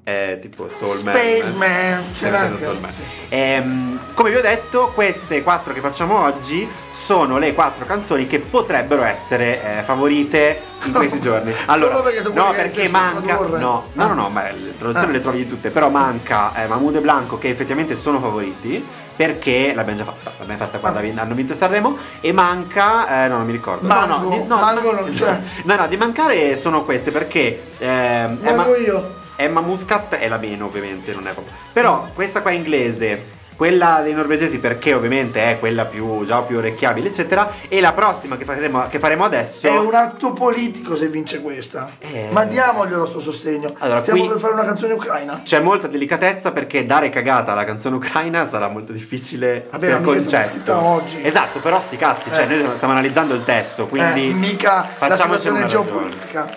S3: È tipo Soul Man.
S4: Spaceman,
S3: Eh,
S4: c'era anche-
S3: Soul Man.
S4: sì.
S3: Ehm, come vi ho detto, queste quattro che facciamo oggi sono le quattro canzoni che potrebbero essere eh, favorite in questi giorni. Allora,
S4: perché sono
S3: no,
S4: quelle che
S3: perché
S4: si
S3: manca.
S4: produrre.
S3: No, no, no, no, ma le traduzioni
S4: Ah.
S3: le trovi tutte. Però manca eh, Mahmood e Blanco, che effettivamente sono favoriti. Perché l'abbiamo già fatta, l'abbiamo fatta
S4: Ah.
S3: quando hanno vinto Sanremo. E manca. eh, no, non mi ricordo. no, no,
S4: Mango,
S3: di- no,
S4: Mango
S3: no,
S4: non c'è.
S3: No, no, di mancare sono queste perché. ehm,
S4: Mango
S3: Emma-
S4: io.
S3: Emma Muscat è la meno, ovviamente, non è proprio. Però questa qua è inglese. Quella dei norvegesi perché ovviamente è quella più già più orecchiabile, eccetera. E la prossima che faremo, che faremo adesso.
S4: È un atto politico se vince questa.
S3: Eh.
S4: Ma diamoglielo sto sostegno.
S3: Allora,
S4: Stiamo
S3: qui-
S4: per fare una canzone ucraina.
S3: C'è molta delicatezza perché dare cagata alla canzone ucraina sarà molto difficile
S4: Vabbè,
S3: per
S4: ma mica è stata
S3: concetto.
S4: scritta oggi.
S3: Esatto, però sti cazzi, cioè
S4: Eh.
S3: noi stiamo analizzando il testo, quindi
S4: eh, mica la
S3: facciamoci una
S4: situazione
S3: ragione.
S4: geopolitica.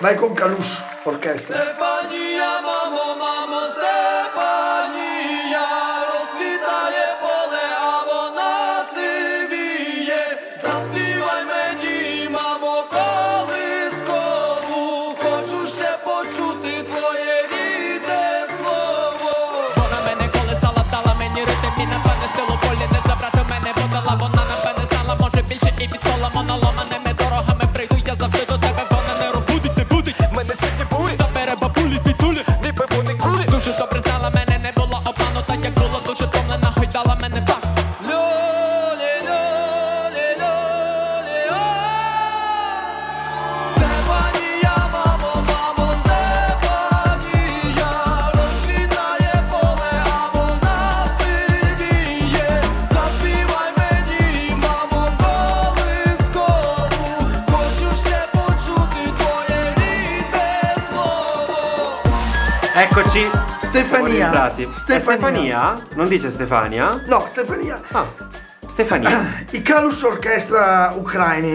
S4: Vai con Kalush, orchestra.
S8: Стефанія, мамо, мамо, Стефанія, розквітає поле, а вона сивіє. Заспівай мені, мамо, колискову, хочу ще почути твоє рідне слово.
S9: Вона мене колесала, вдала мені ритм і напевне силу волі не забрати мене подала, вона напевне знала, може більше і від сола монала мене дорогами прийду, я завжди до тебе, вона не розбудить, не будить, мене сильні бурі, забере бабулі, тітулі, ніби вони кулі. Дуже добре знала мене, не було обману, так як було дуже томлена, хойдала мене так.
S8: Льолі, льолі, льолі,
S7: oh.
S8: Стефанія, мамо, мамо, Стефанія, розквітає поле, а вона сивіє. Заспівай мені, мамо, колискову, хочу ще почути твоє рідне слово.
S3: Eccoci. siamo
S4: Stefania.
S3: rientrati. Eh, Stefania? Non dice Stefania?
S4: No, Stefania.
S3: Ah, Stefania.
S4: I Kalush Orchestra ucraini.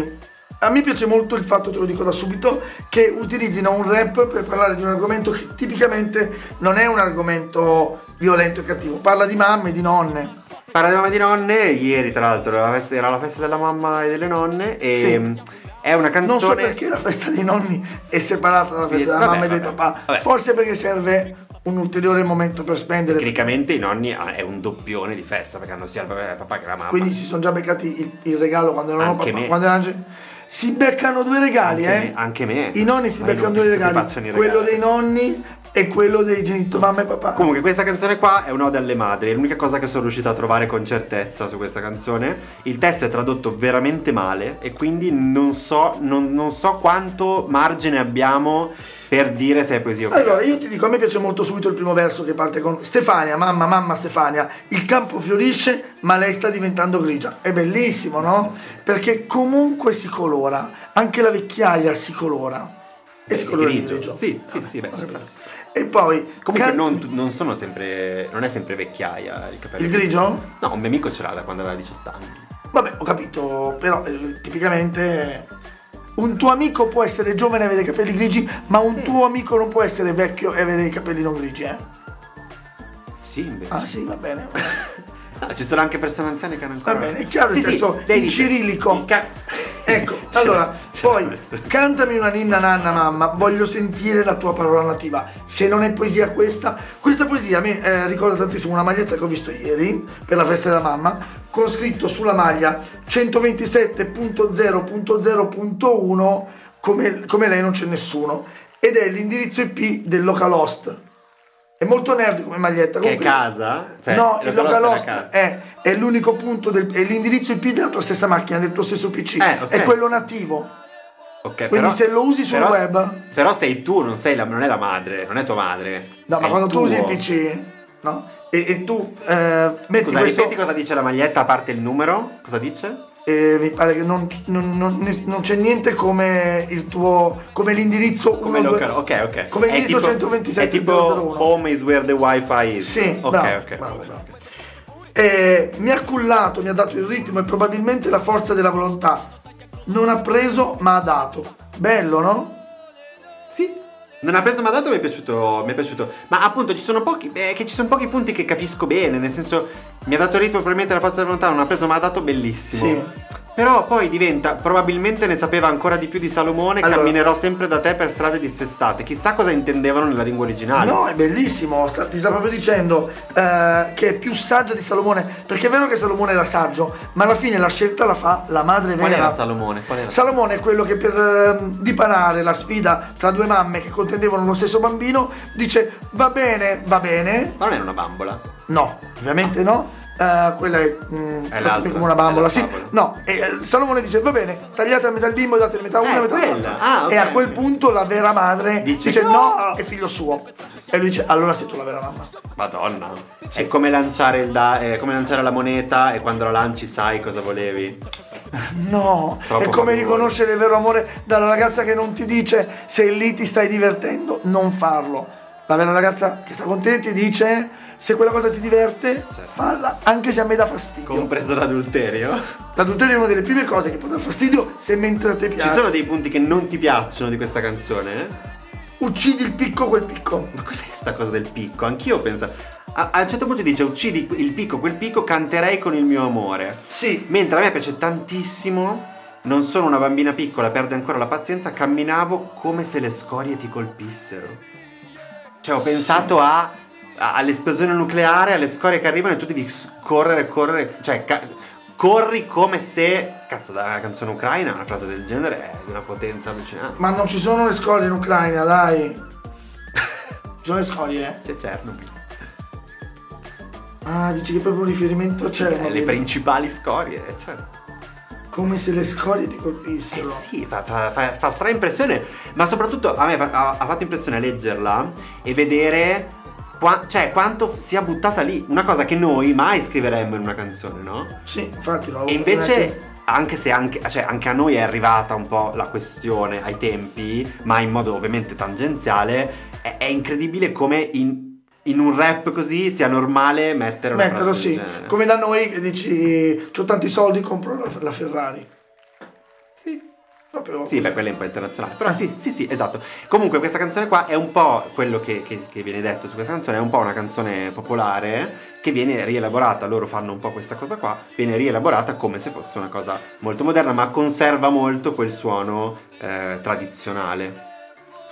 S4: A me piace molto il fatto, te lo dico da subito, che utilizzino un rap per parlare di un argomento che tipicamente non è un argomento violento e cattivo. Parla di mamme, di nonne.
S3: Parla di mamma e di nonne, ieri tra l'altro era la festa, era la festa della mamma e delle nonne e
S4: Sì.
S3: mm, è una canzone...
S4: Non so perché la festa dei nonni è separata dalla festa della
S3: Vabbè,
S4: mamma e dei
S3: vabbè,
S4: papà.
S3: vabbè.
S4: Forse perché serve un ulteriore momento per spendere.
S3: Tecnicamente i nonni ah, è un doppione di festa perché hanno sia il papà il papà che la mamma.
S4: Quindi si sono già beccati il, il regalo quando erano
S3: Ah, Anche
S4: papà.
S3: me.
S4: Quando erano... Si beccano due regali,
S3: Anche
S4: eh?
S3: me- anche me.
S4: I nonni si
S3: Ma io
S4: beccano
S3: non
S4: due
S3: penso che
S4: regali.
S3: facciano i regali.
S4: Quello dei nonni e quello dei genitori, mamma e papà.
S3: Comunque questa canzone qua è un'ode alle madri, è l'unica cosa che sono riuscito a trovare con certezza su questa canzone. Il testo è tradotto veramente male e quindi non so, non, non so quanto margine abbiamo per dire se è poesia o
S4: Allora,
S3: cagata.
S4: io ti dico, a me piace molto subito il primo verso che parte con Stefania, mamma, mamma Stefania, il campo fiorisce ma lei sta diventando grigia. È bellissimo, no? Perché comunque si colora, anche la vecchiaia si colora. E si
S3: È
S4: colora di
S3: grigio.
S4: grigio. Ah,
S3: Sì, sì, sì, beh, ci sta.
S4: E poi...
S3: Comunque
S4: can-
S3: non, non sono sempre. non è sempre vecchiaia il capello.
S4: Il grigio?
S3: No, un mio amico ce l'ha da quando aveva 18 anni.
S4: Vabbè, ho capito, però eh, tipicamente eh, un tuo amico può essere giovane e avere i capelli grigi, ma un tuo amico non può essere vecchio e avere i capelli non grigi, eh?
S3: Sì, invece.
S4: Ah sì, va bene.
S3: Ci sono anche persone anziane che hanno ancora.
S4: Va bene, è chiaro il
S3: Sì, sì,
S4: testo
S3: lei
S4: in
S3: dice-
S4: cirillico.
S3: il ca- Cioè,
S4: Ecco,
S3: Ce
S4: allora,
S3: l'ho- ce l'ho
S4: poi
S3: messo.
S4: cantami una ninna nanna mamma, voglio sentire la tua parola nativa. Se non è poesia questa, questa poesia a me eh, ricorda tantissimo una maglietta che ho visto ieri per la festa della mamma, con scritto sulla maglia 127.0.0.1 come, come lei non c'è nessuno ed è l'indirizzo IP del Localost. È molto nerd come maglietta.
S3: Che è
S4: comunque-
S3: casa? Cioè,
S4: no,
S3: localhost
S4: il
S3: era
S4: localhost
S3: casa.
S4: è, è l'unico punto, del, è l'indirizzo IP della tua stessa macchina, del tuo stesso PC.
S3: Eh, ok.
S4: È quello nativo.
S3: Ok,
S4: quindi se lo usi sul
S3: però-
S4: web-
S3: Però sei tu, non, sei la, non è la madre, non è tua madre.
S4: No, ma
S3: è
S4: quando tu
S3: tuo.
S4: usi il PC, no? E, e tu eh, metti
S3: Scusa,
S4: questo...
S3: ripeti cosa dice la maglietta a parte il numero? Cosa dice?
S4: eh, mi pare che non, non- non- non c'è niente come il tuo... come l'indirizzo...
S3: Come
S4: uno, due-
S3: local, ok, ok.
S4: Come
S3: È
S4: l'indirizzo
S3: tipo-
S4: 127
S3: È tipo home is where the wifi is.
S4: Sì,
S3: ok,
S4: bravo,
S3: ok.
S4: bravo, bravo. Eh, mi ha cullato, mi ha dato il ritmo e probabilmente la forza della volontà. Non ha preso, ma ha dato. Bello, no?
S3: Sì. Non ha preso ma dato mi è piaciuto, mi è piaciuto. Ma appunto ci sono pochi eh, che ci sono pochi punti che capisco bene, nel senso mi ha dato ritmo probabilmente la forza della volontà, non ha preso ma ha dato bellissimo.
S4: Sì.
S3: Però poi diventa, probabilmente ne sapeva ancora di più di Salomone,
S4: Allora-
S3: camminerò sempre da te per strade dissestate. Chissà cosa intendevano nella lingua originale.
S4: No, è bellissimo, sta- ti sta proprio dicendo eh, che è più saggia di Salomone, perché è vero che Salomone era saggio, ma alla fine la scelta la fa la madre vera.
S3: Qual era Salomone? Qual era?
S4: Salomone è quello che per ehm, dipanare la sfida tra due mamme che contendevano lo stesso bambino dice va bene, va bene,
S3: Ma non era una bambola.
S4: No, ovviamente no. Eh, quella è, mm,
S3: l'altra,
S4: praticamente come una
S3: è
S4: bambola,
S3: la
S4: sì.
S3: favola.
S4: No, e eh, Salomone dice: Va bene, tagliate a metà il bimbo, date a metà una,
S3: Eh,
S4: a metà
S3: quella.
S4: l'altra.
S3: Ah, ok.
S4: E a quel punto la vera madre
S3: Dice,
S4: dice:
S3: "No!"
S4: no, è figlio suo. E lui dice: Allora sei tu la vera mamma.
S3: Madonna. È come lanciare, il da- è come lanciare la moneta e quando la lanci sai cosa volevi.
S4: No,
S3: Troppo
S4: è come
S3: favorevole.
S4: riconoscere il vero amore dalla ragazza che non ti dice se lì ti stai divertendo, non farlo. La vera ragazza che sta con te ti dice se quella cosa ti diverte,
S3: Certo.
S4: falla anche se a me dà fastidio.
S3: Compreso l'adulterio.
S4: L'adulterio è una delle prime cose che può dar fastidio se mentre a te piace.
S3: Ci sono dei punti che non ti piacciono di questa canzone?
S4: uccidi il picco quel picco.
S3: Ma cos'è sta cosa del picco? Anch'io penso. A, a un certo punto dice uccidi il picco, quel picco, canterei con il mio amore.
S4: Sì,
S3: Mentre a me piace tantissimo, non sono una bambina piccola, perde ancora la pazienza, camminavo come se le scorie ti colpissero. Cioè ho pensato a- a- all'esplosione nucleare, alle scorie che arrivano e tu devi s- correre, correre, cioè ca- corri come se... Cazzo, da canzone ucraina una frase del genere è di una potenza allucinante.
S4: ma non ci sono le scorie in Ucraina, dai. Ci sono le scorie? eh.
S3: C'è Chernobyl.
S4: Ah, dici che è proprio un riferimento a Chernobyl.
S3: Eh, le principali scorie, eh, certo.
S4: Come se le scorie ti
S3: Eh
S4: colpissero.
S3: sì, fa, fa, fa, fa stra impressione, ma soprattutto a me fa- ha, ha fatto impressione leggerla e vedere qua- cioè, quanto sia buttata lì. Una cosa che noi mai scriveremmo in una canzone, no?
S4: Sì, infatti no,
S3: E invece, anche se anche, cioè, anche a noi è arrivata un po' la questione ai tempi, ma in modo ovviamente tangenziale, è, è incredibile come in, in un rap così sia normale mettere una
S4: Metterlo
S3: frase del
S4: sì,
S3: genere.
S4: come da noi che dici ho tanti soldi, compro la, la Ferrari.
S3: Sì.
S4: Proprio
S3: Sì,
S4: così.
S3: beh, quella è un po' internazionale. Però sì, sì, sì, esatto. Comunque questa canzone qua è un po' quello che, che- che viene detto su questa canzone, è un po' una canzone popolare che viene rielaborata, loro fanno un po' questa cosa qua, viene rielaborata come se fosse una cosa molto moderna, ma conserva molto quel suono eh, tradizionale.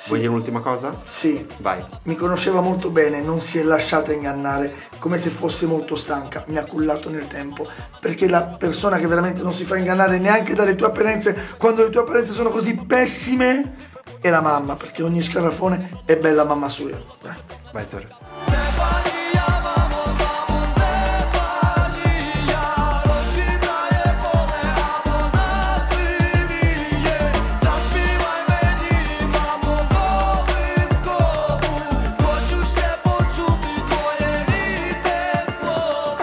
S3: Vuoi dire un'ultima cosa?
S4: Sì.
S3: Vai.
S4: Mi conosceva molto bene, non si è lasciata ingannare, come se fosse molto stanca, mi ha cullato nel tempo, perché la persona che veramente non si fa ingannare neanche dalle tue apparenze, quando le tue apparenze sono così pessime, è la mamma, perché ogni scarafone è bella mamma sua. Dai.
S3: Vai, Tore.
S8: Хочу ще почути твоє рідне слово.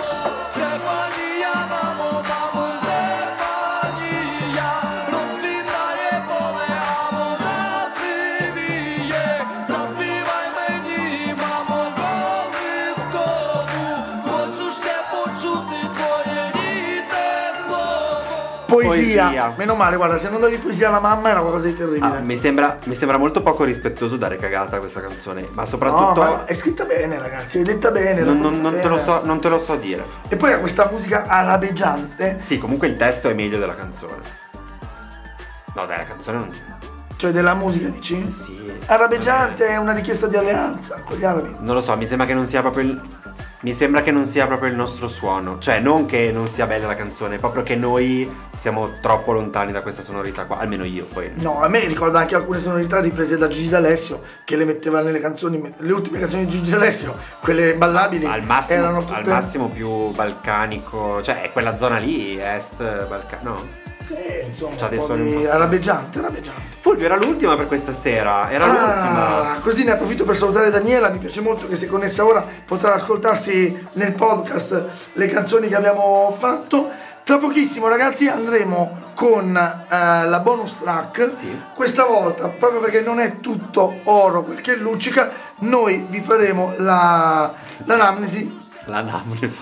S8: Стефанія, мамо, мамо, Стефанія, розпітає поле, а вона сивіє. Заспівай мені, мамо,
S4: Poesia.
S3: Poesia.
S4: Meno male, guarda, se non davi poesia alla mamma era qualcosa di terribile.
S3: Ah, mi, sembra, mi sembra molto poco rispettoso dare cagata a questa canzone, ma
S4: No,
S3: soprattutto
S4: ma è scritta bene, ragazzi, è detta bene.
S3: non, non-
S4: raccontata
S3: non te lo
S4: bene.
S3: so, non te lo so dire.
S4: E poi ha questa musica arabeggiante,
S3: Sì, comunque il testo è meglio della canzone. No, dai, la canzone non c'è.
S4: cioè della musica, dici?
S3: Sì.
S4: Arabeggiante è una richiesta di alleanza con gli arabi.
S3: Non lo so, mi sembra che non sia proprio il. Mi sembra che non sia proprio il nostro suono. Cioè, non che non sia bella la canzone, proprio che noi siamo troppo lontani da questa sonorità qua. Almeno io poi.
S4: No, a me ricorda anche alcune sonorità riprese da Gigi D'Alessio, che le metteva nelle canzoni, le ultime canzoni di Gigi D'Alessio, quelle ballabili,
S3: Al
S4: erano
S3: massimo,
S4: tutte...
S3: al massimo più balcanico. Cioè, è quella zona lì, est balcano. No.
S4: Sì, insomma,
S3: C'ha
S4: un
S3: dei
S4: po'
S3: suoni un po'
S4: di
S3: strani.
S4: arabeggiante, arabeggiante.
S3: Fulvio era l'ultima per questa sera. Era
S4: Ah,
S3: l'ultima.
S4: così ne approfitto per salutare Daniela, mi piace molto che se connessa ora potrà ascoltarsi nel podcast le canzoni che abbiamo fatto. Tra pochissimo ragazzi andremo con eh, la bonus track,
S3: Sì.
S4: questa volta proprio perché non è tutto oro quel che luccica, noi vi faremo la, l'anamnesi
S3: La Naples.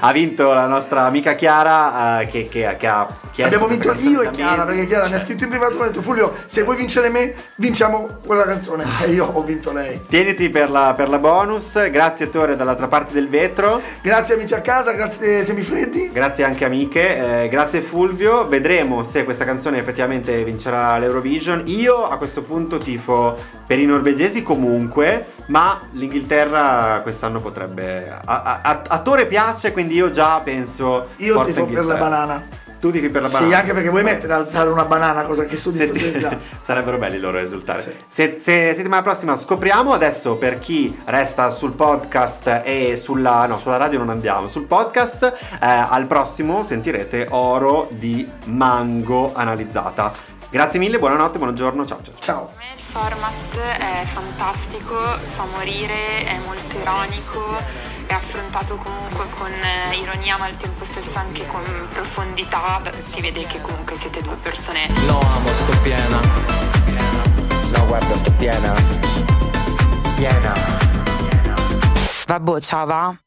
S3: Ha vinto la nostra amica Chiara eh, che, che- che ha chiesto.
S4: Abbiamo
S3: questa
S4: vinto
S3: canzone
S4: io e
S3: da
S4: Chiara,
S3: mesi.
S4: perché Chiara mi ha
S3: Cioè,
S4: scritto in privato e mi ha detto Fulvio, se vuoi vincere me, vinciamo quella canzone. E io ho vinto lei.
S3: Tieniti per la, per la bonus. Grazie, Tore, dall'altra parte del vetro.
S4: Grazie amici a casa, grazie Semifreddi.
S3: Grazie anche amiche, eh, grazie Fulvio, vedremo se questa canzone effettivamente vincerà l'Eurovision. Io a questo punto tifo per i norvegesi comunque, ma l'Inghilterra quest'anno potrebbe... A, a- a- a Tore piace, quindi io già penso...
S4: Io
S3: forza
S4: tifo per la
S3: Inghilterra.
S4: banana.
S3: Tu tifi per la banana.
S4: Sì, anche perché vuoi mettere a alzare una banana, cosa che
S3: Se-
S4: soddisfa
S3: sarebbero belli loro risultati.
S4: Sì.
S3: Se, se settimana prossima scopriamo, adesso per chi resta sul podcast e sulla, no, sulla radio non andiamo, sul podcast eh, al prossimo sentirete Oro di Mango analizzata. Grazie mille, buonanotte, buongiorno, ciao ciao. ciao.
S4: Ciao.
S10: Per me Il format è fantastico, fa morire, è molto ironico, è affrontato comunque con eh, ironia ma al tempo stesso anche con profondità, si vede che comunque siete due persone
S9: No, amo, sto piena. No, guarda, sto piena. Piena.
S7: Vabbè, ciao va.